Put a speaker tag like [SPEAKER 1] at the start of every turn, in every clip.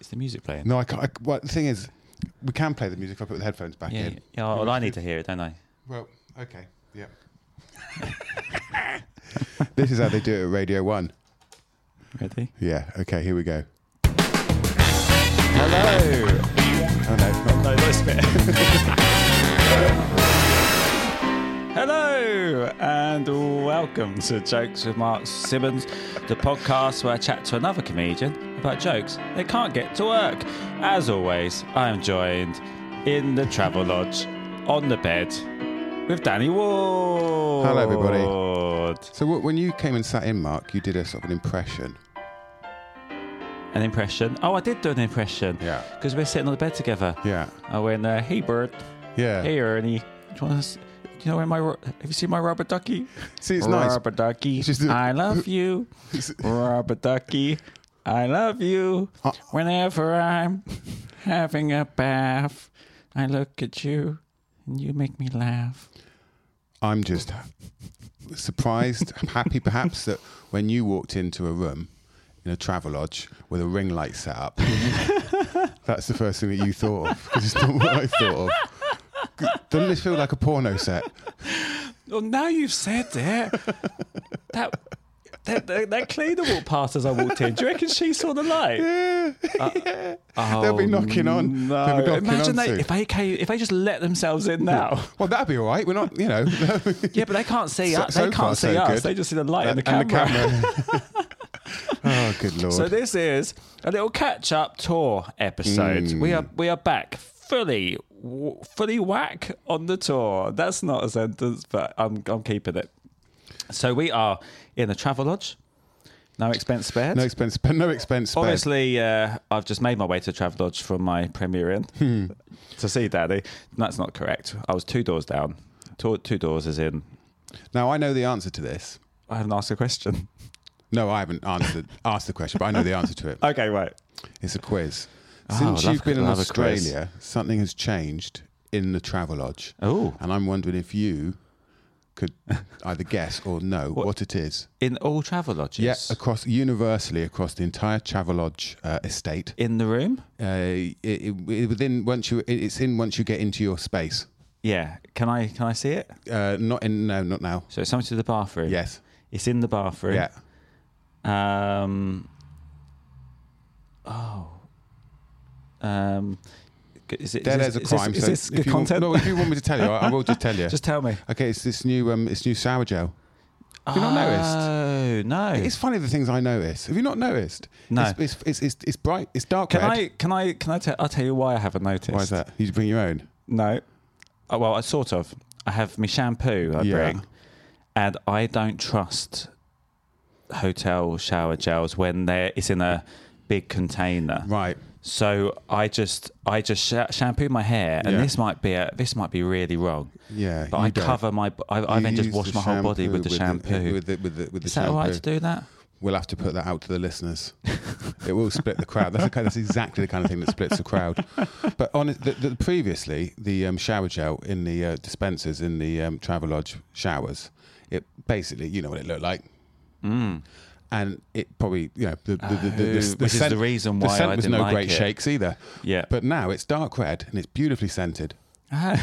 [SPEAKER 1] Is the music playing?
[SPEAKER 2] No, I can't. I, well, the thing is, we can play the music if I put the headphones back
[SPEAKER 1] Yeah,
[SPEAKER 2] in.
[SPEAKER 1] yeah. Well, I need to hear it, don't I?
[SPEAKER 2] Well, okay. Yep. this is how they do it at Radio 1.
[SPEAKER 1] Ready?
[SPEAKER 2] Yeah, okay, here we go. Hello! Oh, no, it's not.
[SPEAKER 1] No, that's fair. Hello and welcome to Jokes with Mark Simmons, the podcast where I chat to another comedian about jokes they can't get to work. As always, I am joined in the travel lodge on the bed with Danny Ward.
[SPEAKER 2] Hello, everybody. So, wh- when you came and sat in, Mark, you did a sort of an impression.
[SPEAKER 1] An impression. Oh, I did do an impression.
[SPEAKER 2] Yeah.
[SPEAKER 1] Because we're sitting on the bed together.
[SPEAKER 2] Yeah.
[SPEAKER 1] I went, uh, hey, bird.
[SPEAKER 2] Yeah.
[SPEAKER 1] Hey, Ernie. Do you want to? s- do You know, where my ro- have you seen my rubber ducky?
[SPEAKER 2] See, it's nice.
[SPEAKER 1] rubber ducky.
[SPEAKER 2] It's just a-
[SPEAKER 1] I love you, rubber ducky. I love you.
[SPEAKER 2] Huh.
[SPEAKER 1] Whenever I'm having a bath, I look at you and you make me laugh.
[SPEAKER 2] I'm just surprised, happy perhaps, that when you walked into a room in a travel lodge with a ring light set up, that's the first thing that you thought of. Because it's not what I thought of. Doesn't this feel like a porno set?
[SPEAKER 1] Well, now you've said it. that. That, that, that cleaner walked past as I walked in. Do you reckon she saw the light?
[SPEAKER 2] They'll be knocking on.
[SPEAKER 1] Oh, No.
[SPEAKER 2] They'll be knocking
[SPEAKER 1] Imagine
[SPEAKER 2] on
[SPEAKER 1] they,
[SPEAKER 2] soon.
[SPEAKER 1] if they came, if they just let themselves in now.
[SPEAKER 2] Well, that'd be all right. We're not, you know.
[SPEAKER 1] Yeah, but they can't see
[SPEAKER 2] So-
[SPEAKER 1] us.
[SPEAKER 2] so
[SPEAKER 1] They
[SPEAKER 2] far,
[SPEAKER 1] can't
[SPEAKER 2] so
[SPEAKER 1] see us.
[SPEAKER 2] good.
[SPEAKER 1] They just see the light and the camera.
[SPEAKER 2] And camera. oh, good lord.
[SPEAKER 1] So this is a little catch-up tour episode. We are we are back fully w- fully whack on the tour. That's not a sentence, but I'm I'm keeping it. So we are in the travel lodge. No expense spared.
[SPEAKER 2] no expense, sp- no expense spared.
[SPEAKER 1] Obviously, uh, I've just made my way to the Travel Lodge from my Premier Inn
[SPEAKER 2] Hmm.
[SPEAKER 1] to see Daddy. That's not correct. I was two doors down. Two, two doors is in.
[SPEAKER 2] Now I know the answer to this.
[SPEAKER 1] I haven't asked a question.
[SPEAKER 2] No, I haven't answered asked the question, but I know the answer to it.
[SPEAKER 1] Okay, right.
[SPEAKER 2] It's a quiz.
[SPEAKER 1] Oh,
[SPEAKER 2] Since
[SPEAKER 1] I love-
[SPEAKER 2] you've been in
[SPEAKER 1] love a quiz.
[SPEAKER 2] Australia, something has changed in the Travelodge.
[SPEAKER 1] Oh.
[SPEAKER 2] And I'm wondering if you could either guess or know what, it is.
[SPEAKER 1] In all Travel Lodges?
[SPEAKER 2] Yes, across universally across the entire Travelodge uh, estate.
[SPEAKER 1] In the room?
[SPEAKER 2] Uh, it, it- it- within once you, it- it's in once you get into your space.
[SPEAKER 1] Yeah. Can I can I see it?
[SPEAKER 2] Uh, not in no, not now.
[SPEAKER 1] So it's something to the bathroom.
[SPEAKER 2] Yes.
[SPEAKER 1] It's in the bathroom.
[SPEAKER 2] Yeah.
[SPEAKER 1] Um. Oh. Um. Is it?
[SPEAKER 2] There,
[SPEAKER 1] is
[SPEAKER 2] there's a
[SPEAKER 1] this- is
[SPEAKER 2] crime.
[SPEAKER 1] This,
[SPEAKER 2] so
[SPEAKER 1] is this
[SPEAKER 2] if
[SPEAKER 1] good
[SPEAKER 2] you want-
[SPEAKER 1] content?
[SPEAKER 2] no, if you want me to tell you, I, I will just tell you.
[SPEAKER 1] Just tell me.
[SPEAKER 2] Okay, it's this new um, it's new sour gel. Have you not noticed?
[SPEAKER 1] Oh no.
[SPEAKER 2] It's funny the things I notice. Have you not noticed?
[SPEAKER 1] No.
[SPEAKER 2] It's, it's, it's, it's, it's bright. It's dark
[SPEAKER 1] can
[SPEAKER 2] red.
[SPEAKER 1] I? Can I? Can I tell? I'll tell you why I haven't noticed.
[SPEAKER 2] Why is that? You bring your own.
[SPEAKER 1] No. Oh, well, I sort of. I have my shampoo. I
[SPEAKER 2] Yeah.
[SPEAKER 1] bring, and I don't trust hotel shower gels when they're it's in a big container.
[SPEAKER 2] Right.
[SPEAKER 1] So I just I just sh- shampoo my hair, and
[SPEAKER 2] Yeah.
[SPEAKER 1] this might be a, this might be really wrong.
[SPEAKER 2] Yeah,
[SPEAKER 1] but
[SPEAKER 2] you
[SPEAKER 1] I
[SPEAKER 2] don't.
[SPEAKER 1] cover my I, I
[SPEAKER 2] You
[SPEAKER 1] then just
[SPEAKER 2] use
[SPEAKER 1] wash
[SPEAKER 2] the
[SPEAKER 1] my whole body with the shampoo.
[SPEAKER 2] With the, with the, with the
[SPEAKER 1] Is that all right to
[SPEAKER 2] shampoo.
[SPEAKER 1] do that?
[SPEAKER 2] We'll have to put that out to the listeners. it will split the crowd. That's, the kind that's exactly the kind of thing that splits the crowd. But on it- the, the, previously, the um, shower gel in the uh, dispensers in the um, Travelodge showers, it basically, you know what it looked like. And it probably, you know, the, the, the, the,
[SPEAKER 1] Oh,
[SPEAKER 2] the, the
[SPEAKER 1] Mm. which is
[SPEAKER 2] scent,
[SPEAKER 1] the reason
[SPEAKER 2] the
[SPEAKER 1] why
[SPEAKER 2] scent
[SPEAKER 1] I
[SPEAKER 2] was
[SPEAKER 1] didn't
[SPEAKER 2] no
[SPEAKER 1] like
[SPEAKER 2] great
[SPEAKER 1] it.
[SPEAKER 2] shakes either.
[SPEAKER 1] Yeah.
[SPEAKER 2] But now it's dark red and it's beautifully scented.
[SPEAKER 1] Oh,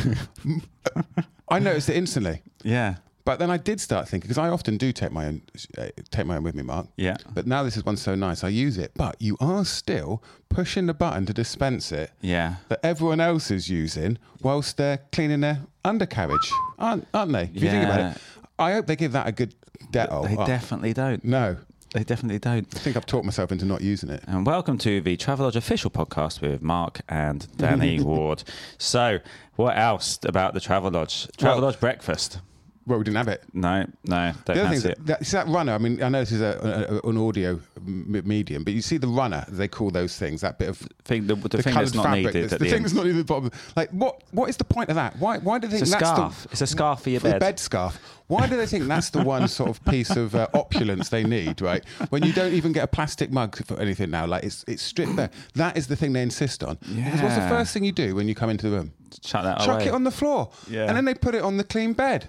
[SPEAKER 2] I noticed it instantly.
[SPEAKER 1] yeah.
[SPEAKER 2] But then I did start thinking because I often do take my own uh, take my own with me, Mark.
[SPEAKER 1] Yeah.
[SPEAKER 2] But now this is one so nice, I use it. But you are still pushing the button to dispense it
[SPEAKER 1] Yeah.
[SPEAKER 2] that everyone else is using whilst they're cleaning their undercarriage, aren't aren't they? If you think about
[SPEAKER 1] Yeah.
[SPEAKER 2] it, I hope they give that a good dettol.
[SPEAKER 1] They
[SPEAKER 2] Oh,
[SPEAKER 1] definitely don't.
[SPEAKER 2] no,
[SPEAKER 1] They definitely don't.
[SPEAKER 2] I think I've talked myself into not using it.
[SPEAKER 1] And welcome to the Travelodge official podcast with Mark and Danny Ward. So, what else about the Travelodge? Travelodge
[SPEAKER 2] Well-
[SPEAKER 1] breakfast.
[SPEAKER 2] Well, we didn't have it.
[SPEAKER 1] No, no, don't
[SPEAKER 2] The other thing is
[SPEAKER 1] fancy it.
[SPEAKER 2] that, that, see that runner. I mean, I know this is a, a- an audio m- medium, but you see the runner. They call those things that bit of
[SPEAKER 1] Thing- the, the thing
[SPEAKER 2] coloured
[SPEAKER 1] that's not
[SPEAKER 2] fabric
[SPEAKER 1] needed
[SPEAKER 2] that's-
[SPEAKER 1] at
[SPEAKER 2] the,
[SPEAKER 1] the,
[SPEAKER 2] thing
[SPEAKER 1] end.
[SPEAKER 2] that's not needed at the bottom. Like, what? What is the point of that? Why? Why do they
[SPEAKER 1] It's a
[SPEAKER 2] think that's
[SPEAKER 1] scarf.
[SPEAKER 2] the
[SPEAKER 1] It's a scarf for your
[SPEAKER 2] the
[SPEAKER 1] bed.
[SPEAKER 2] bed scarf? Why do they think that's the one sort of piece of uh, opulence they need? Right? When you don't even get a plastic mug for anything now, like it's it's stripped bare. That is the thing they insist on. Because what's the
[SPEAKER 1] Yeah.
[SPEAKER 2] first thing you do when you come into the room?
[SPEAKER 1] Chuck that
[SPEAKER 2] Chuck
[SPEAKER 1] away.
[SPEAKER 2] it on the floor,
[SPEAKER 1] Yeah.
[SPEAKER 2] and then they put it on the clean bed.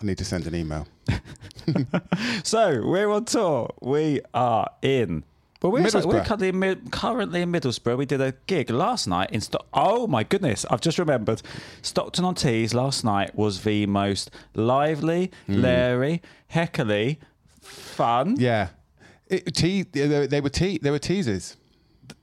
[SPEAKER 2] I need to send an email.
[SPEAKER 1] So we're on tour. We are in. Well, we're,
[SPEAKER 2] Middlesbrough.
[SPEAKER 1] we're currently, in, Mid- currently in Middlesbrough. We did a gig last night in. Sto- oh my goodness! I've just remembered. Stockton on Tees last night was the most lively, leery, heckly, fun.
[SPEAKER 2] Yeah. It, te- they, they were te- they were teasers.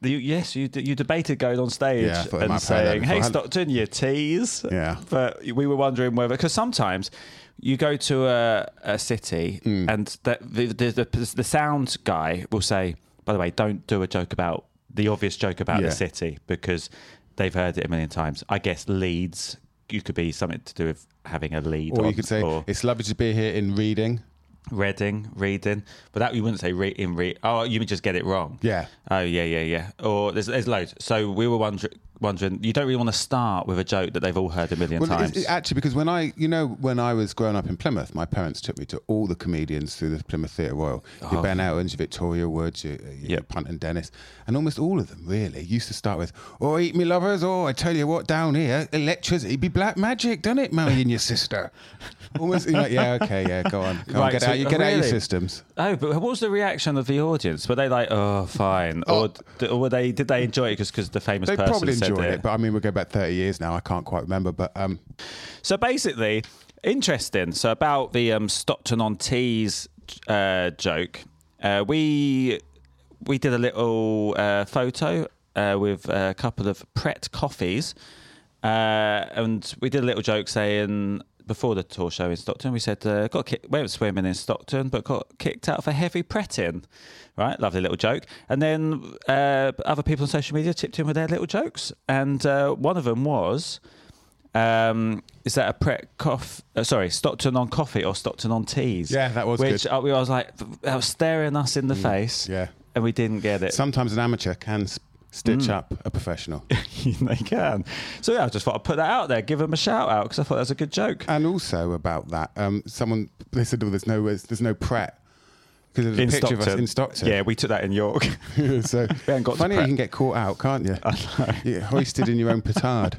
[SPEAKER 1] You, yes, you d- you debated going on stage
[SPEAKER 2] Yeah, I thought I might
[SPEAKER 1] and
[SPEAKER 2] have heard that
[SPEAKER 1] saying, "Hey,
[SPEAKER 2] beforehand."
[SPEAKER 1] Stockton, you tease."
[SPEAKER 2] Yeah.
[SPEAKER 1] but we were wondering whether because sometimes you go to a, a city
[SPEAKER 2] Mm.
[SPEAKER 1] and the the, the the the sound guy will say, "By the way, don't do a joke about the obvious joke about
[SPEAKER 2] Yeah.
[SPEAKER 1] the city because they've heard it a million times." I guess Leeds, you could be something to do with having a lead,
[SPEAKER 2] Or
[SPEAKER 1] on,
[SPEAKER 2] you could say,
[SPEAKER 1] or
[SPEAKER 2] it's lovely to be here in reading.
[SPEAKER 1] reading, reading, but that you wouldn't say re- in read. Oh, you would just get it wrong.
[SPEAKER 2] Yeah.
[SPEAKER 1] Oh yeah, yeah, yeah. Or there's there's loads. So we were wonder- wondering. You don't really want to start with a joke that they've all heard a million
[SPEAKER 2] Well,
[SPEAKER 1] times.
[SPEAKER 2] it's- it- actually, because when I, you know, when I was growing up in Plymouth, my parents took me to all the comedians through the Plymouth Theatre Royal. Your Ben Elton's, your Victoria Woods, your, your
[SPEAKER 1] Oh. Yep.
[SPEAKER 2] Punt and Dennis, and almost all of them really used to start with, "Oh, eat me lovers," or "I tell you what, down here, electricity be black magic, don't it, Mary and your sister?" almost, you're like, yeah, okay, yeah, go on, go on
[SPEAKER 1] Right,
[SPEAKER 2] get
[SPEAKER 1] so-
[SPEAKER 2] out, you get out your
[SPEAKER 1] really?
[SPEAKER 2] systems.
[SPEAKER 1] oh, but what was the reaction of the audience? Were they like, "Oh, fine," or, d- or were they did they enjoy it because the famous
[SPEAKER 2] They
[SPEAKER 1] person
[SPEAKER 2] probably
[SPEAKER 1] said
[SPEAKER 2] enjoyed
[SPEAKER 1] it?
[SPEAKER 2] it, but I mean, we're going back 30 years now. I can't quite remember, but um,
[SPEAKER 1] So basically, interesting. So about the um, Stockton on Tees uh, joke, uh, we we did a little uh, photo uh, with a couple of Pret coffees, uh, and we did a little joke saying. Before the tour show in Stockton, we said uh, got kick- went swimming in Stockton, but got kicked out for heavy pretting. Right, lovely little joke. And then uh, other people on social media tipped in with their little jokes, and uh, one of them was um, is that a Pret coff? Uh, sorry, Stockton on coffee or Stockton on teas?
[SPEAKER 2] Yeah, that was
[SPEAKER 1] which
[SPEAKER 2] good. Mm,
[SPEAKER 1] uh, we I was like, I was staring us in the face.
[SPEAKER 2] yeah.
[SPEAKER 1] and we didn't get it.
[SPEAKER 2] sometimes an amateur can s- stitch
[SPEAKER 1] Mm.
[SPEAKER 2] up a professional.
[SPEAKER 1] they can. So yeah, I just thought I'd put that out there, give them a shout out because I thought that was a good joke.
[SPEAKER 2] And also about that, um, someone they said oh, there's no there's no Pret because there's a
[SPEAKER 1] in
[SPEAKER 2] picture
[SPEAKER 1] Stockton,
[SPEAKER 2] of us in Stockton.
[SPEAKER 1] Yeah, we took that in York.
[SPEAKER 2] so
[SPEAKER 1] haven't got to
[SPEAKER 2] funny how
[SPEAKER 1] Pret.
[SPEAKER 2] you can get caught out, can't you? You get hoisted in your own petard.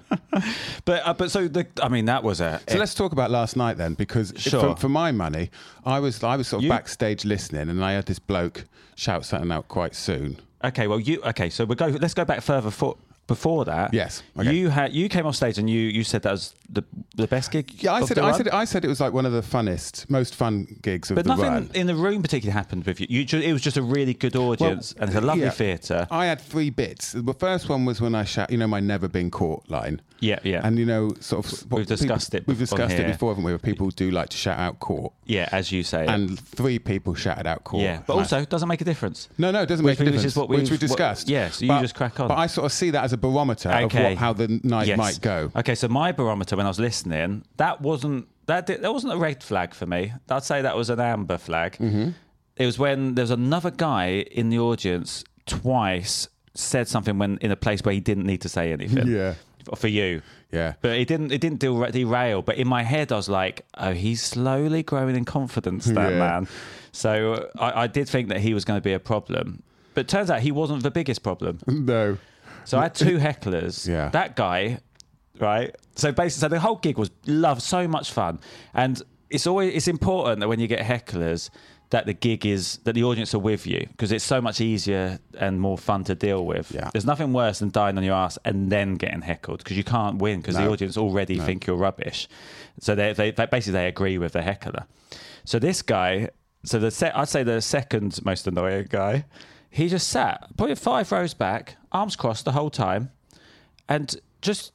[SPEAKER 1] but uh, but so the, I mean that was a.
[SPEAKER 2] So let's talk about last night then, because
[SPEAKER 1] Sure.
[SPEAKER 2] for, for my money, I was I was sort of
[SPEAKER 1] You-
[SPEAKER 2] backstage listening, and I heard this bloke shout something out quite soon.
[SPEAKER 1] okay, well you okay. So we will go. Let's go back further for, before that.
[SPEAKER 2] Yes, okay.
[SPEAKER 1] You had you came off stage and you you said that was the the best gig.
[SPEAKER 2] Yeah, I
[SPEAKER 1] of
[SPEAKER 2] said
[SPEAKER 1] the
[SPEAKER 2] I
[SPEAKER 1] run?
[SPEAKER 2] said I said it was like one of the funnest, most fun gigs of
[SPEAKER 1] But
[SPEAKER 2] the
[SPEAKER 1] nothing
[SPEAKER 2] run.
[SPEAKER 1] in the room particularly happened with you. you ju- it was just a really good audience and it's a lovely
[SPEAKER 2] yeah. Uh,
[SPEAKER 1] theatre.
[SPEAKER 2] I had three bits. The first one was when I shout, you know, my never been caught line.
[SPEAKER 1] Yeah, yeah.
[SPEAKER 2] And you know, sort of.
[SPEAKER 1] We've discussed
[SPEAKER 2] people-
[SPEAKER 1] it
[SPEAKER 2] We've
[SPEAKER 1] on
[SPEAKER 2] discussed it
[SPEAKER 1] here.
[SPEAKER 2] before, haven't we? Where people do like to shout out caught,
[SPEAKER 1] Yeah, as you say.
[SPEAKER 2] and three people shouted out caught.
[SPEAKER 1] yeah, but
[SPEAKER 2] And I-
[SPEAKER 1] also doesn't make a difference.
[SPEAKER 2] No, no, it doesn't
[SPEAKER 1] Which
[SPEAKER 2] make a
[SPEAKER 1] we- which
[SPEAKER 2] difference.
[SPEAKER 1] is what
[SPEAKER 2] which
[SPEAKER 1] we've-
[SPEAKER 2] we
[SPEAKER 1] what-
[SPEAKER 2] discussed.
[SPEAKER 1] yeah, so you
[SPEAKER 2] But-
[SPEAKER 1] just crack on.
[SPEAKER 2] But I sort of see that as a barometer of what, how the night
[SPEAKER 1] Yes.
[SPEAKER 2] might go.
[SPEAKER 1] Okay, so my barometer when I was listening, that wasn't that di- that wasn't a red flag for me. I'd say that was an amber flag.
[SPEAKER 2] Mm-hmm.
[SPEAKER 1] It was when there was another guy in the audience twice said something when in a place where he didn't need to say anything.
[SPEAKER 2] Yeah.
[SPEAKER 1] F- For you,
[SPEAKER 2] Yeah.
[SPEAKER 1] but it didn't. It didn't del- derail. But in my head, I was like, "Oh, he's slowly growing in confidence, that
[SPEAKER 2] Yeah.
[SPEAKER 1] man." So I, I did think that he was going to be a problem, but turns out he wasn't the biggest problem.
[SPEAKER 2] No.
[SPEAKER 1] So I had two hecklers.
[SPEAKER 2] Yeah.
[SPEAKER 1] That guy, right? So basically, so the whole gig was love, so much fun, and it's always it's important that when you get hecklers that the gig is that the audience are with you because it's so much easier and more fun to deal with.
[SPEAKER 2] Yeah.
[SPEAKER 1] There's nothing worse than dying on your ass and then getting heckled because you can't win because the
[SPEAKER 2] No.
[SPEAKER 1] audience already think you're rubbish. So they, they, they basically they agree with the heckler. So this guy, so the se- I'd say the second most annoying guy, he just sat probably five rows back, arms crossed the whole time, and just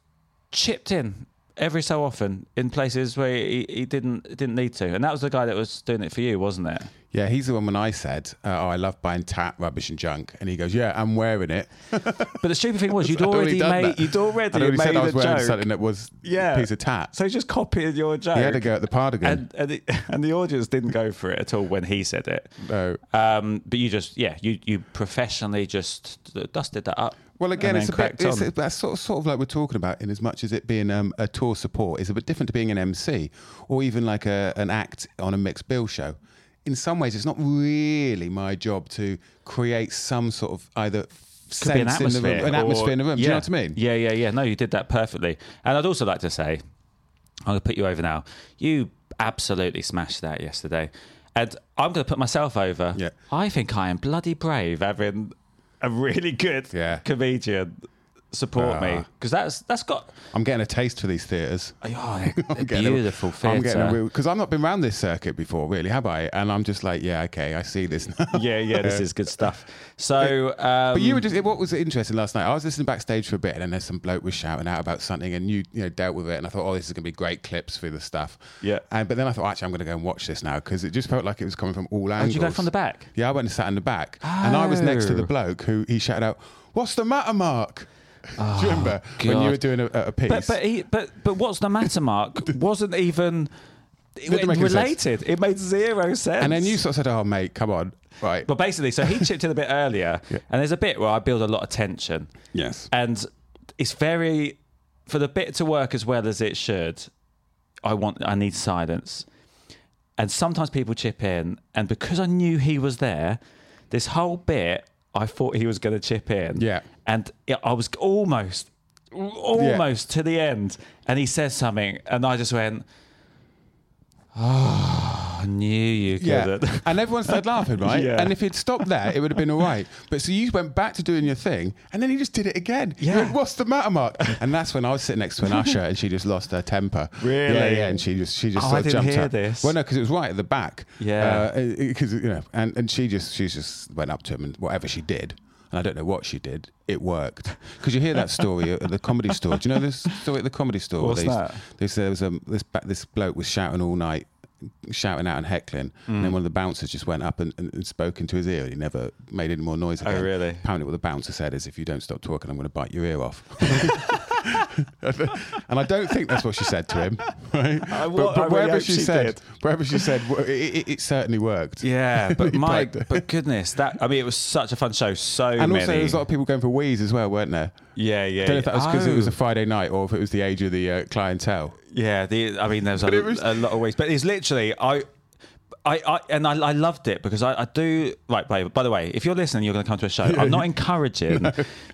[SPEAKER 1] chipped in every so often in places where he, he didn't didn't need to. And that was the guy that was doing it for you, wasn't it?
[SPEAKER 2] Yeah, he's the one when I said, uh, "Oh, I love buying tat, rubbish, and junk," and he goes, "Yeah, I'm wearing it."
[SPEAKER 1] But the stupid thing was you'd
[SPEAKER 2] I'd
[SPEAKER 1] already
[SPEAKER 2] done
[SPEAKER 1] made
[SPEAKER 2] that.
[SPEAKER 1] you'd already,
[SPEAKER 2] I'd already
[SPEAKER 1] made
[SPEAKER 2] said I was
[SPEAKER 1] the
[SPEAKER 2] wearing
[SPEAKER 1] joke.
[SPEAKER 2] something that was
[SPEAKER 1] Yeah.
[SPEAKER 2] a piece of tat.
[SPEAKER 1] So he just copied your joke.
[SPEAKER 2] he had to go at the Pardigan.
[SPEAKER 1] and and the, and the audience didn't go for it at all when he said it.
[SPEAKER 2] No.
[SPEAKER 1] Um, but you just yeah, you you professionally just dusted that up.
[SPEAKER 2] Well, again,
[SPEAKER 1] and
[SPEAKER 2] it's a
[SPEAKER 1] then
[SPEAKER 2] bit.
[SPEAKER 1] cracked
[SPEAKER 2] It's,
[SPEAKER 1] on.
[SPEAKER 2] that's sort of, sort of like we're talking about, in as much as it being um, a tour support is a bit different to being an MC or even like a, an act on a mixed bill show. In some ways, it's not really my job to create some sort of either
[SPEAKER 1] Could be
[SPEAKER 2] sense in the room, an
[SPEAKER 1] or-
[SPEAKER 2] atmosphere in the room. Do you
[SPEAKER 1] Yeah.
[SPEAKER 2] know what I mean?
[SPEAKER 1] Yeah, yeah, yeah. No, you did that perfectly. And I'd also like to say, I'm going to put you over now. You absolutely smashed that yesterday. And I'm going to put myself over.
[SPEAKER 2] Yeah.
[SPEAKER 1] I think I am bloody brave having a really good
[SPEAKER 2] Yeah.
[SPEAKER 1] comedian support me
[SPEAKER 2] Ah.
[SPEAKER 1] because that's that's got
[SPEAKER 2] I'm getting a taste for these theatres.
[SPEAKER 1] oh, a
[SPEAKER 2] I'm getting a-
[SPEAKER 1] beautiful theatre.
[SPEAKER 2] I'm getting a real because I've not been around this circuit before, really, have I? And I'm just like, yeah, okay, I see this now.
[SPEAKER 1] yeah, yeah, this is good stuff. So, um,
[SPEAKER 2] But you were just what was interesting last night. I was listening backstage for a bit, and then there's some bloke was shouting out about something, and you you know dealt with it. And I thought, oh, this is gonna be great clips for the stuff.
[SPEAKER 1] Yeah.
[SPEAKER 2] And but then I thought, actually, I'm gonna go and watch this now because it just felt like it was coming from all
[SPEAKER 1] Oh, did
[SPEAKER 2] angles.
[SPEAKER 1] you go from the back?
[SPEAKER 2] Yeah, I went and sat in the back, and I was next to the
[SPEAKER 1] Oh.
[SPEAKER 2] bloke who he shouted out, "What's the matter, Mark?" Do you remember when
[SPEAKER 1] Ah, God.
[SPEAKER 2] you were doing a, a piece?
[SPEAKER 1] But but he, but but what's the matter, Mark? wasn't even
[SPEAKER 2] Didn't make any sense.
[SPEAKER 1] related. It made zero sense.
[SPEAKER 2] and then you sort of said, "Oh, mate, come on, right."
[SPEAKER 1] Well, basically, so he chipped in a bit earlier,
[SPEAKER 2] Yeah.
[SPEAKER 1] and there's a bit where I build a lot of tension,
[SPEAKER 2] yes.
[SPEAKER 1] and it's very for the bit to work as well as it should. I want, I need silence, and sometimes people chip in, and because I knew he was there, this whole bit I thought he was going to chip in,
[SPEAKER 2] Yeah.
[SPEAKER 1] and it, I was almost, almost to the end, and he says something, and I just went. Oh, I knew you
[SPEAKER 2] Yeah.
[SPEAKER 1] couldn't.
[SPEAKER 2] and everyone started laughing, right?
[SPEAKER 1] Yeah.
[SPEAKER 2] And if he'd stopped there, it would have been all right. But so you went back to doing your thing, and then he just did it again. You
[SPEAKER 1] Yeah.
[SPEAKER 2] went, What's the matter, Mark? And that's when I was sitting next to an usher, and she just lost her temper.
[SPEAKER 1] Really?
[SPEAKER 2] Yeah, yeah. And she just she just
[SPEAKER 1] Oh,
[SPEAKER 2] sort
[SPEAKER 1] I
[SPEAKER 2] of
[SPEAKER 1] didn't
[SPEAKER 2] jumped
[SPEAKER 1] hear
[SPEAKER 2] up.
[SPEAKER 1] this.
[SPEAKER 2] Well, no, because it was right at the back. Uh,
[SPEAKER 1] Yeah.
[SPEAKER 2] Because you know, and and she just she just went up to him, and whatever she did. And I don't know what she did. It worked because you hear that story at the comedy store. Do you know this story at the comedy store?
[SPEAKER 1] What's
[SPEAKER 2] They used-
[SPEAKER 1] that?
[SPEAKER 2] they said there was um, this ba- this bloke was shouting all night, shouting out and heckling, and
[SPEAKER 1] Mm.
[SPEAKER 2] then one of the bouncers just went up and, and, and spoke into his ear, and he never made any more noise. Again.
[SPEAKER 1] Oh, really?
[SPEAKER 2] Apparently, what the bouncer said is, "If you don't stop talking, I'm going to bite your ear off." and I don't think that's what she said to him. Right?
[SPEAKER 1] I wa- I
[SPEAKER 2] but
[SPEAKER 1] really
[SPEAKER 2] but wherever
[SPEAKER 1] hope
[SPEAKER 2] she,
[SPEAKER 1] she
[SPEAKER 2] said,
[SPEAKER 1] did.
[SPEAKER 2] wherever she said, w- it, it, it certainly worked.
[SPEAKER 1] Yeah, but
[SPEAKER 2] He
[SPEAKER 1] my
[SPEAKER 2] plugged it.
[SPEAKER 1] but goodness, that I mean, it was such a fun show. So
[SPEAKER 2] And
[SPEAKER 1] many.
[SPEAKER 2] also, there was a lot of people going for wheeze as well, weren't there?
[SPEAKER 1] yeah, yeah.
[SPEAKER 2] I don't know if that was because
[SPEAKER 1] Oh.
[SPEAKER 2] it was a Friday night or if it was the age of the uh, clientele.
[SPEAKER 1] Yeah, the, I mean, there's a,
[SPEAKER 2] it was-
[SPEAKER 1] a lot of ways, but it's literally I. I, I and I, I loved it because I, I do right. By, by the way, if you're listening, you're going to come to a show. I'm not encouraging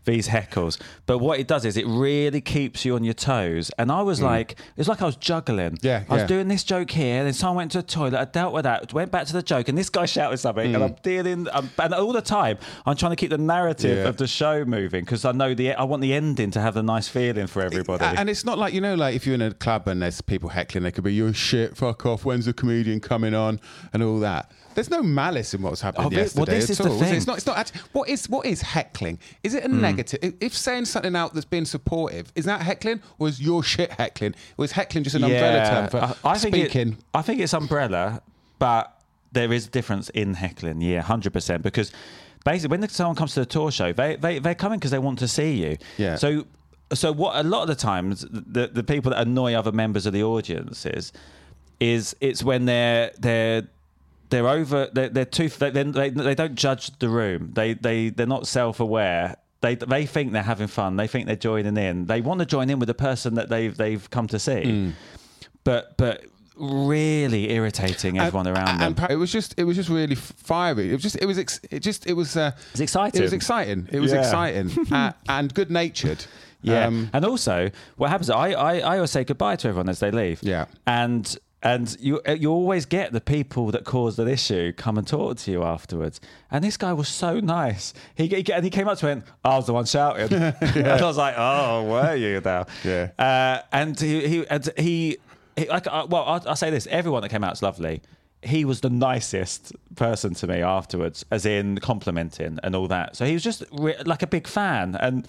[SPEAKER 1] these heckles, but what it does is it really keeps you on your toes. And I was like, it's like I was juggling.
[SPEAKER 2] Mm. Yeah,
[SPEAKER 1] I was
[SPEAKER 2] yeah.
[SPEAKER 1] doing this joke here, then someone went to the toilet. I dealt with that, went back to the joke, and this guy shouted something,
[SPEAKER 2] Mm.
[SPEAKER 1] and I'm dealing. I'm, and all the time, I'm trying to keep the narrative
[SPEAKER 2] Yeah.
[SPEAKER 1] of the show moving because I know the I want the ending to have a nice feeling for everybody.
[SPEAKER 2] A- And it's not like you know, like if you're in a club and there's people heckling, they could be "you're shit, fuck off," "when's the comedian coming on?" and all that. There's no malice in what's happened
[SPEAKER 1] Oh, but- well,
[SPEAKER 2] yesterday
[SPEAKER 1] this
[SPEAKER 2] at
[SPEAKER 1] is the
[SPEAKER 2] all. is it?
[SPEAKER 1] thing. Hmm.
[SPEAKER 2] It's not. It's not. Actually, what is what is heckling? Is it a negative? i- If saying something out that's being supportive, is that heckling, or is your shit heckling? Or is heckling just an umbrella term for
[SPEAKER 1] I, I think it-
[SPEAKER 2] speaking?
[SPEAKER 1] I think it's umbrella, but there is a difference in heckling. Yeah, hundred percent. Because basically, when someone comes to the tour show, they they they're coming because they want to see you.
[SPEAKER 2] Yeah.
[SPEAKER 1] So so what? A lot of the times, the the people that annoy other members of the audience is is it's when they're they're they're over they're, they're too they, they, they don't judge the room they they they're not self-aware they they think they're having fun they think they're joining in they want to join in with the person that they've they've come to see
[SPEAKER 2] Hmm.
[SPEAKER 1] but but really irritating everyone around
[SPEAKER 2] and
[SPEAKER 1] them
[SPEAKER 2] pa- it was just it was just really f- fiery. It was just it was ex- it just it was uh,
[SPEAKER 1] It's exciting.
[SPEAKER 2] It was exciting. It was
[SPEAKER 1] Yeah.
[SPEAKER 2] exciting uh, and Um, good natured.
[SPEAKER 1] Yeah. and also, what happens? I, I I always say goodbye to everyone as they leave.
[SPEAKER 2] Yeah.
[SPEAKER 1] And And you uh, you always get the people that caused an issue come and talk to you afterwards. And this guy was so nice. He, he and he came up to me and I was the one shouting. And I was like, oh, were you now?
[SPEAKER 2] Yeah.
[SPEAKER 1] Uh, and he, he and he, he like, uh, well, I'll, I'll say this: everyone that came out's lovely. He was the nicest person to me afterwards, as in complimenting and all that. So he was just re- like a big fan and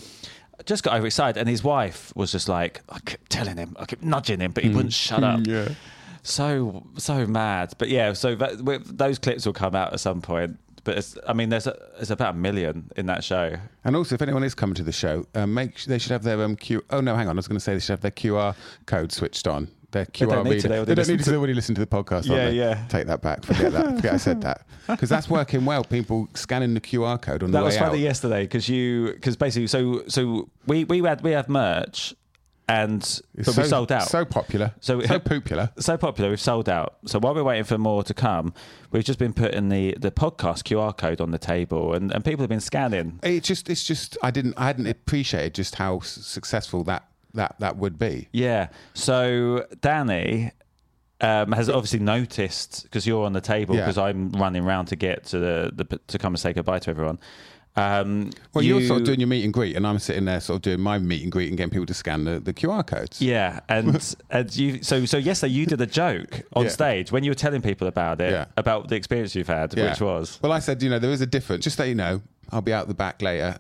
[SPEAKER 1] just got overexcited. And his wife was just like, I kept telling him, I kept nudging him, but he wouldn't shut up.
[SPEAKER 2] Mm. Yeah.
[SPEAKER 1] So so mad, but yeah. So that, we- those clips will come out at some point. But it's, I mean, there's a, it's about a million in that show.
[SPEAKER 2] And also, if anyone is coming to the show, uh, make they should have their um, Q. Oh no, hang on. I was going to say they should have their QR code switched on. Their QR
[SPEAKER 1] don't need to,
[SPEAKER 2] reader.
[SPEAKER 1] they already
[SPEAKER 2] they don't
[SPEAKER 1] listen
[SPEAKER 2] need to.
[SPEAKER 1] to-
[SPEAKER 2] They already listen to the podcast. don't
[SPEAKER 1] Yeah,
[SPEAKER 2] they?
[SPEAKER 1] yeah.
[SPEAKER 2] Take that back. Forget that. Forget I said that. Because that's working well. People scanning the QR code on
[SPEAKER 1] That
[SPEAKER 2] the way
[SPEAKER 1] was funny
[SPEAKER 2] out.
[SPEAKER 1] yesterday because you because basically so so we we had we have merch and
[SPEAKER 2] It's
[SPEAKER 1] but
[SPEAKER 2] so,
[SPEAKER 1] we sold out.
[SPEAKER 2] So popular.
[SPEAKER 1] So-
[SPEAKER 2] So so popular.
[SPEAKER 1] so popular, we've sold out. So while we're waiting for more to come, we've just been putting the, the podcast QR code on the table, and, and people have been scanning.
[SPEAKER 2] It just it's just I didn't I hadn't appreciated just how s- successful that that that would be.
[SPEAKER 1] Yeah. So Danny um, has obviously noticed because you're on the table
[SPEAKER 2] Yeah.
[SPEAKER 1] because I'm running round to get to the, the to come and say goodbye to everyone. Um,
[SPEAKER 2] Well, you, are sort
[SPEAKER 1] you-
[SPEAKER 2] of doing your meet and greet, and I'm sitting there sort of doing my meet and greet and getting people to scan the, the QR codes.
[SPEAKER 1] Yeah, and and you so so yesterday you did a joke on
[SPEAKER 2] Yeah.
[SPEAKER 1] stage when you were telling people about it
[SPEAKER 2] Yeah.
[SPEAKER 1] about the experience you've had,
[SPEAKER 2] Yeah.
[SPEAKER 1] which was
[SPEAKER 2] Well, I said, you know, there is a difference. Just so you know, I'll be out the back later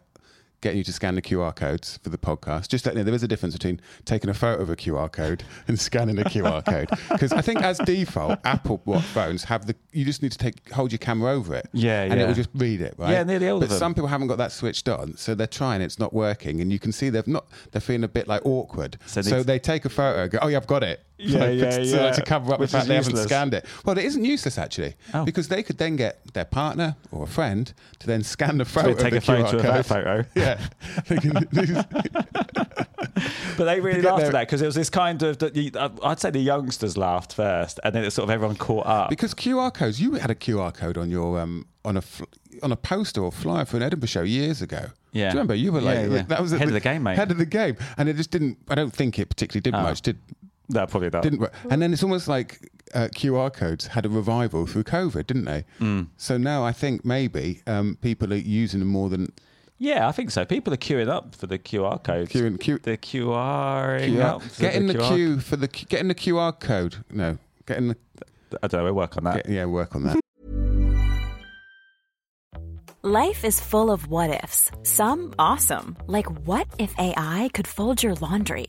[SPEAKER 2] getting you to scan the QR codes for the podcast. Just let you know, there is a difference between taking a photo of a QR code and scanning a QR code. Because I think as default, Apple Watch phones have the, you just need to take, hold your camera over it.
[SPEAKER 1] Yeah,
[SPEAKER 2] And
[SPEAKER 1] yeah.
[SPEAKER 2] it will just read it, right?
[SPEAKER 1] Yeah, nearly all
[SPEAKER 2] But
[SPEAKER 1] of them.
[SPEAKER 2] some people haven't got that switched on. So they're trying, it's not working. And you can see they've not, they're feeling a bit like awkward.
[SPEAKER 1] So
[SPEAKER 2] So,
[SPEAKER 1] they-
[SPEAKER 2] they, take a photo, go, oh yeah, I've got it.
[SPEAKER 1] Yeah,
[SPEAKER 2] Like,
[SPEAKER 1] yeah,
[SPEAKER 2] so
[SPEAKER 1] yeah.
[SPEAKER 2] to cover up
[SPEAKER 1] Which
[SPEAKER 2] the fact
[SPEAKER 1] is
[SPEAKER 2] they
[SPEAKER 1] useless.
[SPEAKER 2] haven't scanned scanned it. Well, it isn't useless actually,
[SPEAKER 1] Oh.
[SPEAKER 2] because they could then get their partner or a friend to then scan the photo.
[SPEAKER 1] they take a
[SPEAKER 2] of the QR
[SPEAKER 1] photo of that
[SPEAKER 2] code.
[SPEAKER 1] photo.
[SPEAKER 2] Yeah, They can-
[SPEAKER 1] But they really
[SPEAKER 2] You get
[SPEAKER 1] laughed at
[SPEAKER 2] there-
[SPEAKER 1] that because it was this kind of that you- uh, I'd say the youngsters laughed first, and then it sort of everyone caught up.
[SPEAKER 2] because QR codes. You had a QR code on your um, on a fl- on a poster or flyer for an Edinburgh show years ago.
[SPEAKER 1] Yeah.
[SPEAKER 2] Do you remember? You were like
[SPEAKER 1] Yeah, yeah.
[SPEAKER 2] that was at
[SPEAKER 1] Head of the game, mate. Oh.
[SPEAKER 2] Head of the game, and it just didn't. I don't think it particularly did much. Did
[SPEAKER 1] no, probably not.
[SPEAKER 2] didn't work. And then it's almost like uh, QR codes had a revival through COVID, didn't they?
[SPEAKER 1] Mm.
[SPEAKER 2] So now I think maybe um, people are using them more than
[SPEAKER 1] Yeah, I think so. People are queuing up for the QR codes.
[SPEAKER 2] Queuing- queue-
[SPEAKER 1] the QR. -ing
[SPEAKER 2] Yeah.
[SPEAKER 1] up for
[SPEAKER 2] Get in the
[SPEAKER 1] QR
[SPEAKER 2] queue for the get in the QR code. No, get in the
[SPEAKER 1] I don't know. We'll work on that.
[SPEAKER 2] get, yeah. Work on that.
[SPEAKER 3] Life is full of what ifs. Some awesome, like what if AI could fold your laundry?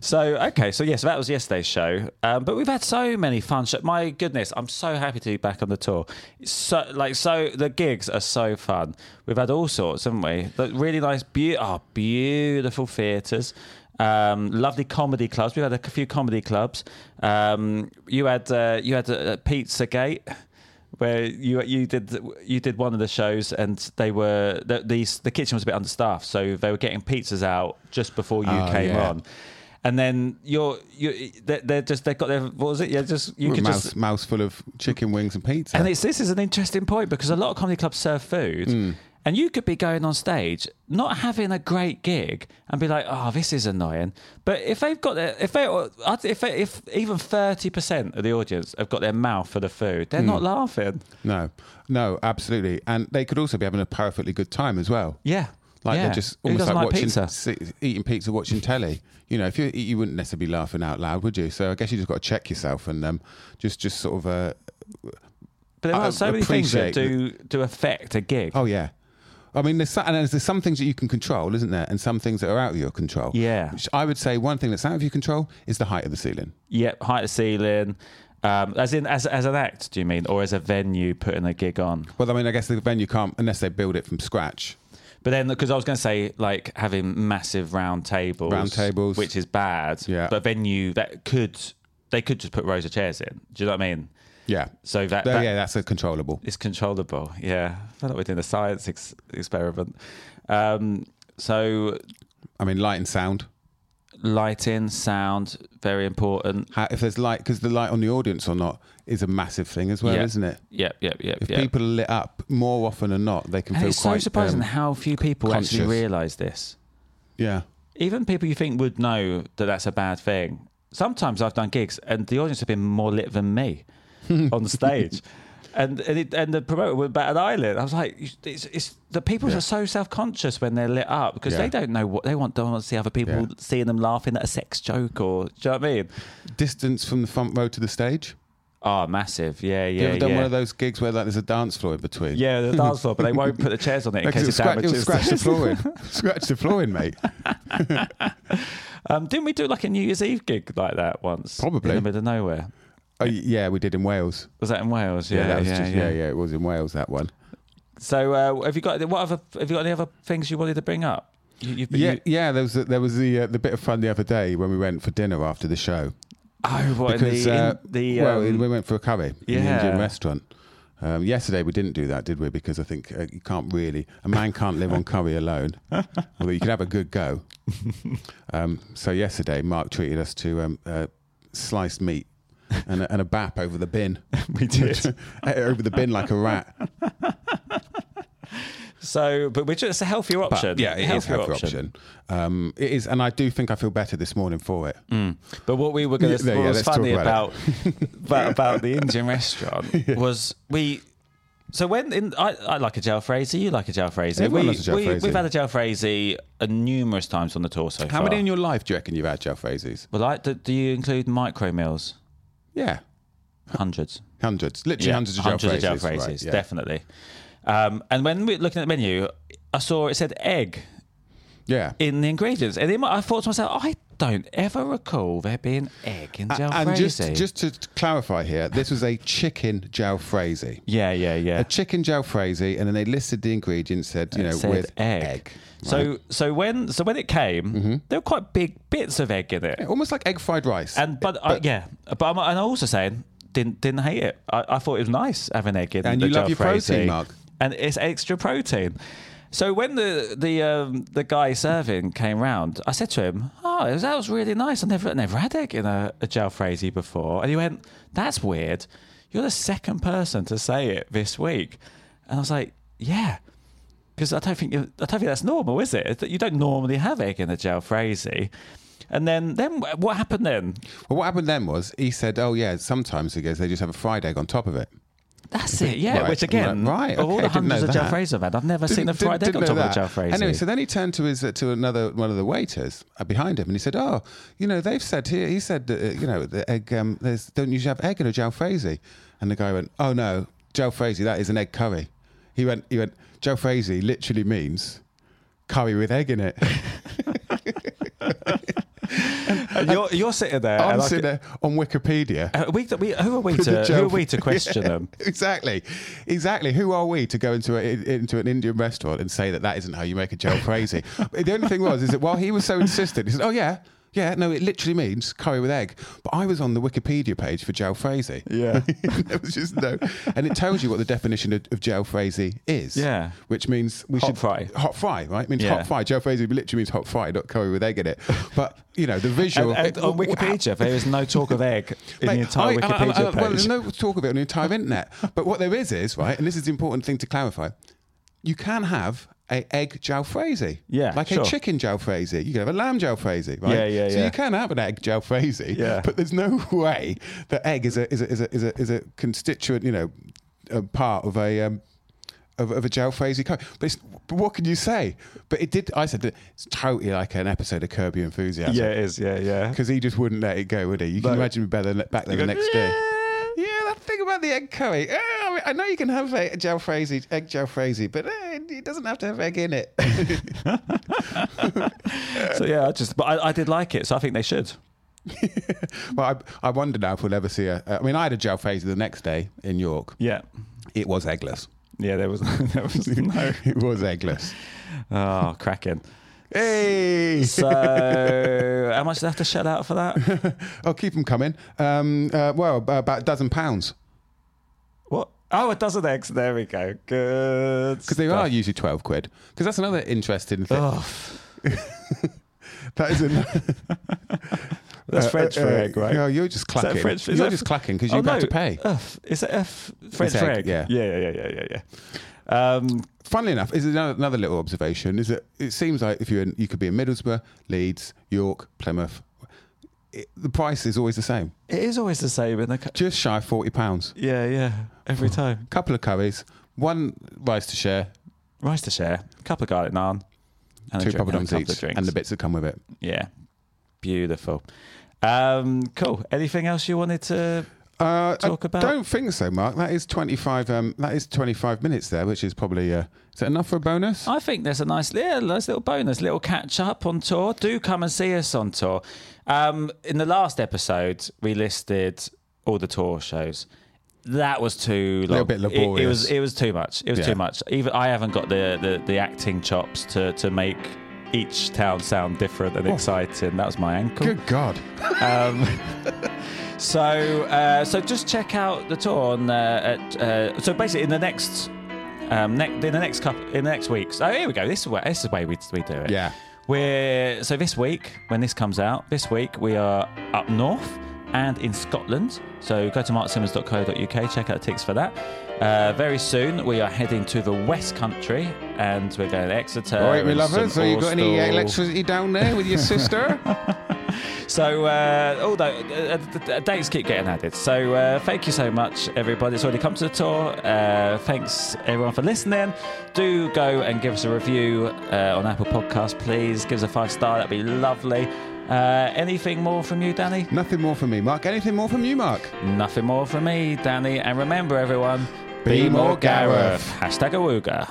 [SPEAKER 1] So okay, so yes, that was yesterday's show. Um, but we've had so many fun. Sh- My goodness, I'm so happy to be back on the tour. It's So like so, the gigs are so fun. We've had all sorts, haven't we? The really nice, be- oh, beautiful theatres. Um, lovely comedy clubs. We've had a few comedy clubs. Um, you had uh, you had uh, Pizza Gate where you you did you did one of the shows and they were the the, the kitchen was a bit understaffed, so they were getting pizzas out just before you
[SPEAKER 2] Oh,
[SPEAKER 1] came
[SPEAKER 2] yeah.
[SPEAKER 1] on. and then you're you they're, they're just they've got their what was it? Yeah, just you
[SPEAKER 2] Well,
[SPEAKER 1] could
[SPEAKER 2] mouse,
[SPEAKER 1] just.
[SPEAKER 2] mouse full of chicken wings and pizza.
[SPEAKER 1] And it's this is an interesting point because a lot of comedy clubs serve food.
[SPEAKER 2] Hmm.
[SPEAKER 1] And you could be going on stage, not having a great gig, and be like, "Oh, this is annoying." But if they've got their, if they, if they, if even thirty percent of the audience have got their mouth for the food,
[SPEAKER 2] Hmm.
[SPEAKER 1] they're not laughing.
[SPEAKER 2] no, no, absolutely. And they could also be having a perfectly good time as well.
[SPEAKER 1] Yeah,
[SPEAKER 2] Like
[SPEAKER 1] yeah.
[SPEAKER 2] they're just
[SPEAKER 1] Who
[SPEAKER 2] almost
[SPEAKER 1] doesn't
[SPEAKER 2] like,
[SPEAKER 1] like
[SPEAKER 2] watching
[SPEAKER 1] pizza?
[SPEAKER 2] si- eating pizza, watching telly. You know, if you you wouldn't necessarily be laughing out loud, would you? So I guess you just got to check yourself and um, just just sort of. Uh,
[SPEAKER 1] But there
[SPEAKER 2] I
[SPEAKER 1] are so many things that do
[SPEAKER 2] appreciate
[SPEAKER 1] do affect a gig.
[SPEAKER 2] oh yeah, I mean, there's so, and there's some things that you can control, isn't there? And some things that are out of your control.
[SPEAKER 1] Yeah.
[SPEAKER 2] Which I would say one thing that's out of your control is the height of the ceiling.
[SPEAKER 1] Yep, height of ceiling. Um, as in, as as an act, do you mean, or as a venue putting a gig on?
[SPEAKER 2] Well, I mean, I guess the venue can't unless they build it from scratch.
[SPEAKER 1] But then, because I was going to say, like having massive round tables,
[SPEAKER 2] Round tables.
[SPEAKER 1] which is bad.
[SPEAKER 2] Yeah.
[SPEAKER 1] But venue that could they could just put rows of chairs in. Do you know what I mean?
[SPEAKER 2] Yeah.
[SPEAKER 1] So that,
[SPEAKER 2] Though,
[SPEAKER 1] that
[SPEAKER 2] yeah, that's a controllable.
[SPEAKER 1] is controllable. Yeah, I feel like we're doing a science ex- experiment. Um, so
[SPEAKER 2] I mean, light and sound.
[SPEAKER 1] lighting, sound, very important.
[SPEAKER 2] How, if there's light, because the light on the audience or not is a massive thing as well,
[SPEAKER 1] Yeah.
[SPEAKER 2] isn't it?
[SPEAKER 1] Yep, yep, yep.
[SPEAKER 2] If
[SPEAKER 1] yep.
[SPEAKER 2] people are lit up more often than not, they can
[SPEAKER 1] and
[SPEAKER 2] feel
[SPEAKER 1] it's
[SPEAKER 2] quite.
[SPEAKER 1] so surprising
[SPEAKER 2] um,
[SPEAKER 1] how few people actually
[SPEAKER 2] conscious.
[SPEAKER 1] realise this.
[SPEAKER 2] Yeah.
[SPEAKER 1] even people you think would know that that's a bad thing. Sometimes I've done gigs and the audience have been more lit than me on stage. And and, it, and the promoter would bat an eyelid. I was like, you- it's, it's the people
[SPEAKER 2] Yeah.
[SPEAKER 1] are so self conscious when they're lit up because
[SPEAKER 2] Yeah.
[SPEAKER 1] they don't know what they want. Don't want to see other people
[SPEAKER 2] Yeah.
[SPEAKER 1] seeing them laughing at a sex joke or do you know what I mean?
[SPEAKER 2] Distance from the front row to the stage.
[SPEAKER 1] Oh, massive! Yeah,
[SPEAKER 2] you
[SPEAKER 1] yeah,
[SPEAKER 2] ever done
[SPEAKER 1] yeah.
[SPEAKER 2] one of those gigs where like, there's a dance floor in between?
[SPEAKER 1] yeah, the dance floor, but they won't put the chairs on it in
[SPEAKER 2] Because
[SPEAKER 1] case
[SPEAKER 2] it'll,
[SPEAKER 1] it
[SPEAKER 2] scratch, it'll
[SPEAKER 1] damages.
[SPEAKER 2] scratch the floor in. scratch the floor in, mate.
[SPEAKER 1] um, didn't we do like a New Year's Eve gig like that once?
[SPEAKER 2] Probably.
[SPEAKER 1] in the middle of nowhere.
[SPEAKER 2] Oh, y- yeah, we did in Wales.
[SPEAKER 1] Was that in Wales? Yeah,
[SPEAKER 2] that was just, yeah, yeah, it was in Wales, that one.
[SPEAKER 1] So, uh, have you got what other have you got any other things you wanted to bring up? You, you've,
[SPEAKER 2] yeah,
[SPEAKER 1] you-
[SPEAKER 2] yeah. There was there was the uh, the bit of fun the other day when we went for dinner after the show
[SPEAKER 1] oh, what
[SPEAKER 2] because
[SPEAKER 1] in the,
[SPEAKER 2] uh,
[SPEAKER 1] in the
[SPEAKER 2] well
[SPEAKER 1] um,
[SPEAKER 2] we went for a curry in the
[SPEAKER 1] Yeah.
[SPEAKER 2] Indian restaurant. Um, yesterday we didn't do that, did we? Because I think uh, you can't really a man can't live on curry alone. Although you can have a good go. Um, so yesterday Mark treated us to um, uh, sliced meat and a, and a bap over the bin.
[SPEAKER 1] we did.
[SPEAKER 2] Ate it over the bin like a rat.
[SPEAKER 1] so, but which is a healthier
[SPEAKER 2] But
[SPEAKER 1] option.
[SPEAKER 2] yeah, it is a healthy option. Um, it is, and I do think I feel better this morning for it.
[SPEAKER 1] But what we were going
[SPEAKER 2] Yeah,
[SPEAKER 1] to
[SPEAKER 2] yeah,
[SPEAKER 1] what was
[SPEAKER 2] let's talk
[SPEAKER 1] funny
[SPEAKER 2] about
[SPEAKER 1] about about, about the Indian restaurant was we. So when in I, I like a Jal Frazee, you like a Jal Frazee.
[SPEAKER 2] Everyone
[SPEAKER 1] we,
[SPEAKER 2] loves a Jal
[SPEAKER 1] we,
[SPEAKER 2] Frazee.
[SPEAKER 1] We've had a Jal Frazee uh, numerous times on the tour so
[SPEAKER 2] How
[SPEAKER 1] far.
[SPEAKER 2] many in your life do you reckon you've had, Jeff Frazies?
[SPEAKER 1] Well, I, do, do you include micro meals?
[SPEAKER 2] Yeah,
[SPEAKER 1] Hundreds.
[SPEAKER 2] hundreds, literally hundreds of
[SPEAKER 1] hundreds
[SPEAKER 2] Jeff
[SPEAKER 1] of
[SPEAKER 2] Frazies.
[SPEAKER 1] Jell
[SPEAKER 2] right,
[SPEAKER 1] Phrases,
[SPEAKER 2] yeah.
[SPEAKER 1] definitely. Um, and when we're looking at the menu, I saw it said egg
[SPEAKER 2] Yeah.
[SPEAKER 1] in the ingredients, and it, might- I thought to myself, I don't ever recall there being egg in
[SPEAKER 2] A-
[SPEAKER 1] Jell
[SPEAKER 2] and just
[SPEAKER 1] Phrases.
[SPEAKER 2] just to clarify here, this was a chicken jalfrezi.
[SPEAKER 1] yeah, yeah, yeah.
[SPEAKER 2] A chicken jalfrezi, and then they listed the ingredients. Said you know
[SPEAKER 1] It said
[SPEAKER 2] with
[SPEAKER 1] egg. So so when so when it came,
[SPEAKER 2] Mm-hmm.
[SPEAKER 1] there were quite big bits of egg in it,
[SPEAKER 2] almost like egg fried rice.
[SPEAKER 1] and but, I, yeah, but I'm, and I'm also saying didn't didn't hate it. I, I thought it was nice having egg in
[SPEAKER 2] And
[SPEAKER 1] the
[SPEAKER 2] you love
[SPEAKER 1] Jell
[SPEAKER 2] your protein,
[SPEAKER 1] Phrases.
[SPEAKER 2] Mark.
[SPEAKER 1] and it's extra protein. So when the the um, the guy serving came round, I said to him, "Oh, it was- that was really nice. I never I never had egg in a, a jalfrezi before." And he went, "That's weird. You're the second person to say it this week." And I was like, "Yeah." Because I don't think you- I don't think that's normal, is it? That You don't normally have egg in a jalfrezi. And then, then what happened then?
[SPEAKER 2] well, what happened then was he said, "Oh yeah, sometimes he goes they just have a fried egg on top of it."
[SPEAKER 1] That's it, yeah.
[SPEAKER 2] Right.
[SPEAKER 1] Which again,
[SPEAKER 2] Right,
[SPEAKER 1] of all
[SPEAKER 2] okay,
[SPEAKER 1] the
[SPEAKER 2] I didn't know
[SPEAKER 1] hundreds of
[SPEAKER 2] that.
[SPEAKER 1] jalfrezis I've had, I've never seen a
[SPEAKER 2] Didn't-
[SPEAKER 1] fried
[SPEAKER 2] didn't-
[SPEAKER 1] egg on
[SPEAKER 2] didn't
[SPEAKER 1] top
[SPEAKER 2] know
[SPEAKER 1] of a
[SPEAKER 2] that.
[SPEAKER 1] jalfrezi.
[SPEAKER 2] Anyway, so then he turned to his uh, to another one of the waiters uh, behind him, and he said, "Oh, you know, they've said here. He said, uh, you know, the egg. Um, there's don't usually have egg in a jalfrezi." And the guy went, "Oh no, jalfrezi. That is an egg curry." He went, he went, jalfrezi literally means curry with egg in it.
[SPEAKER 1] And Uh, you're, you're sitting there.
[SPEAKER 2] I'm
[SPEAKER 1] and I-
[SPEAKER 2] sitting there on Wikipedia.
[SPEAKER 1] Uh, we, we, who are we
[SPEAKER 2] with
[SPEAKER 1] to
[SPEAKER 2] the
[SPEAKER 1] who are
[SPEAKER 2] jalf-
[SPEAKER 1] we to question
[SPEAKER 2] Yeah,
[SPEAKER 1] them?
[SPEAKER 2] Exactly, exactly. Who are we to go into a, into an Indian restaurant and say that that isn't how you make a jalfrezi? the only thing was is that while he was so insistent, he said, "Oh yeah, Yeah, no, it literally means curry with egg. But I was on the Wikipedia page for jalfrezi.
[SPEAKER 1] Yeah.
[SPEAKER 2] there was just no, and it tells you what the definition of, of jalfrezi is.
[SPEAKER 1] Yeah.
[SPEAKER 2] which means we
[SPEAKER 1] Hot
[SPEAKER 2] should
[SPEAKER 1] fry.
[SPEAKER 2] Hot fry, right? It means
[SPEAKER 1] Yeah.
[SPEAKER 2] hot fry. Jalfrezi literally means hot fry, not curry with egg in it. But you know the
[SPEAKER 1] And-
[SPEAKER 2] visual
[SPEAKER 1] and Uh, on Wikipedia, there is no talk of egg in the
[SPEAKER 2] Mate,
[SPEAKER 1] entire
[SPEAKER 2] I- I- I-
[SPEAKER 1] Wikipedia
[SPEAKER 2] I- Well,
[SPEAKER 1] page.
[SPEAKER 2] there's no talk of it on the entire internet. But what there is is right, and this is the important thing to clarify. You can have a egg jalfrezi,
[SPEAKER 1] Yeah,
[SPEAKER 2] like
[SPEAKER 1] sure.
[SPEAKER 2] a chicken jalfrezi. You can have a lamb jalfrezi, right?
[SPEAKER 1] Yeah, yeah,
[SPEAKER 2] so
[SPEAKER 1] yeah.
[SPEAKER 2] you can have an egg jalfrezi,
[SPEAKER 1] Yeah.
[SPEAKER 2] but there's no way that egg is a is a is a is a, is a constituent, you know, a part of a. Um, of, of a jalfrezi curry, but, it's, but what can you say? But it did. I said that it's totally like an episode of Curb Your Enthusiasm
[SPEAKER 1] Yeah, it is. Yeah, yeah.
[SPEAKER 2] because he just wouldn't let it go, would he? You can
[SPEAKER 1] No.
[SPEAKER 2] imagine him better le- back there the
[SPEAKER 1] go,
[SPEAKER 2] next day. Yeah, that thing about the egg curry. Eh, I, mean, I know you can have a jalfrezi, egg jalfrezi, but eh, it doesn't have to have egg in it.
[SPEAKER 1] So yeah, I just but I, I did like it, so I think they should.
[SPEAKER 2] well, I, I wonder now if we'll ever see a. I mean, I had a jalfrezi the next day in York.
[SPEAKER 1] Yeah,
[SPEAKER 2] It was eggless.
[SPEAKER 1] yeah. There was there was no.
[SPEAKER 2] it was eggless.
[SPEAKER 1] Oh, cracking.
[SPEAKER 2] Hey!
[SPEAKER 1] So how much do I have to shell out for that?
[SPEAKER 2] I'll keep them coming. Um, uh, well, about a dozen pounds.
[SPEAKER 1] What? Oh, a dozen eggs. There we go. Good.
[SPEAKER 2] Because they are usually 12 quid. Because that's another interesting thing.
[SPEAKER 1] Oh,
[SPEAKER 2] That is a.
[SPEAKER 1] that's
[SPEAKER 2] Uh,
[SPEAKER 1] French
[SPEAKER 2] uh,
[SPEAKER 1] for
[SPEAKER 2] uh,
[SPEAKER 1] egg, right?
[SPEAKER 2] No, you're just
[SPEAKER 1] Is that
[SPEAKER 2] clacking.
[SPEAKER 1] French- is
[SPEAKER 2] you're
[SPEAKER 1] that-
[SPEAKER 2] just clacking because
[SPEAKER 1] Oh,
[SPEAKER 2] you've
[SPEAKER 1] no.
[SPEAKER 2] had to pay.
[SPEAKER 1] F. Is that F? French for
[SPEAKER 2] egg,
[SPEAKER 1] egg.
[SPEAKER 2] yeah.
[SPEAKER 1] Yeah, yeah, yeah, yeah, yeah, yeah. Um,
[SPEAKER 2] Funnily enough, is another, another little observation is that it seems like if you're in, you could be in Middlesbrough, Leeds, York, Plymouth, it, the price is always the same,
[SPEAKER 1] it is always the same in the. cu-
[SPEAKER 2] just shy of forty pounds.
[SPEAKER 1] Yeah, yeah. Every
[SPEAKER 2] Hmm.
[SPEAKER 1] time.
[SPEAKER 2] Couple of curries, one rice to share,
[SPEAKER 1] Rice to share, a couple of garlic naan, and
[SPEAKER 2] two
[SPEAKER 1] a drink, and a
[SPEAKER 2] poppadoms
[SPEAKER 1] couple of
[SPEAKER 2] each,
[SPEAKER 1] drinks.
[SPEAKER 2] and the bits that come with it.
[SPEAKER 1] Yeah. Beautiful. Um, cool. Anything else you wanted to?
[SPEAKER 2] Uh,
[SPEAKER 1] Talk
[SPEAKER 2] I
[SPEAKER 1] about-
[SPEAKER 2] don't think so, Mark. That is twenty five. Um, that is twenty five minutes there, which is probably uh, is that enough for a bonus?
[SPEAKER 1] I think there's a nice, yeah, nice little bonus, little catch up on tour. Do come and see us on tour. Um, in the last episode, we listed all the tour shows. That was too long.
[SPEAKER 2] bit
[SPEAKER 1] It- It,
[SPEAKER 2] laborious.
[SPEAKER 1] was it was too much. It was
[SPEAKER 2] Yeah.
[SPEAKER 1] too much. Even I haven't got the, the, the acting chops to, to make each town sound different and exciting. That was my ankle.
[SPEAKER 2] Oh. Good God!
[SPEAKER 1] Um, so, uh, so just check out the tour on. Uh, at, uh, so basically, in the next, um, ne- in the next couple, in the next weeks. Oh, here we go. This is where this is the way we, we do it.
[SPEAKER 2] Yeah.
[SPEAKER 1] We're so this week when this comes out. This week we are up north and in Scotland. So go to marksimmons.co.uk. Check out the ticks for that. Uh, very soon we are heading to the West Country and we're going to Exeter.
[SPEAKER 2] All right, my
[SPEAKER 1] and St
[SPEAKER 2] lovers. So you got any uh,
[SPEAKER 1] Austell.
[SPEAKER 2] electricity down there with your sister?
[SPEAKER 1] So, uh, although uh, the- the dates keep getting added, so uh, thank you so much, everybody. It's already come to the tour. Uh, thanks everyone for listening. Do go and give us a review uh, on Apple Podcasts, please. Give us a five star. That'd be lovely. Uh, anything more from you, Danny?
[SPEAKER 2] Nothing more from me, Mark. Anything more from you, Mark?
[SPEAKER 1] Nothing more from me, Danny. And remember, everyone,
[SPEAKER 2] Be more Gareth.
[SPEAKER 1] Hashtag Awooga.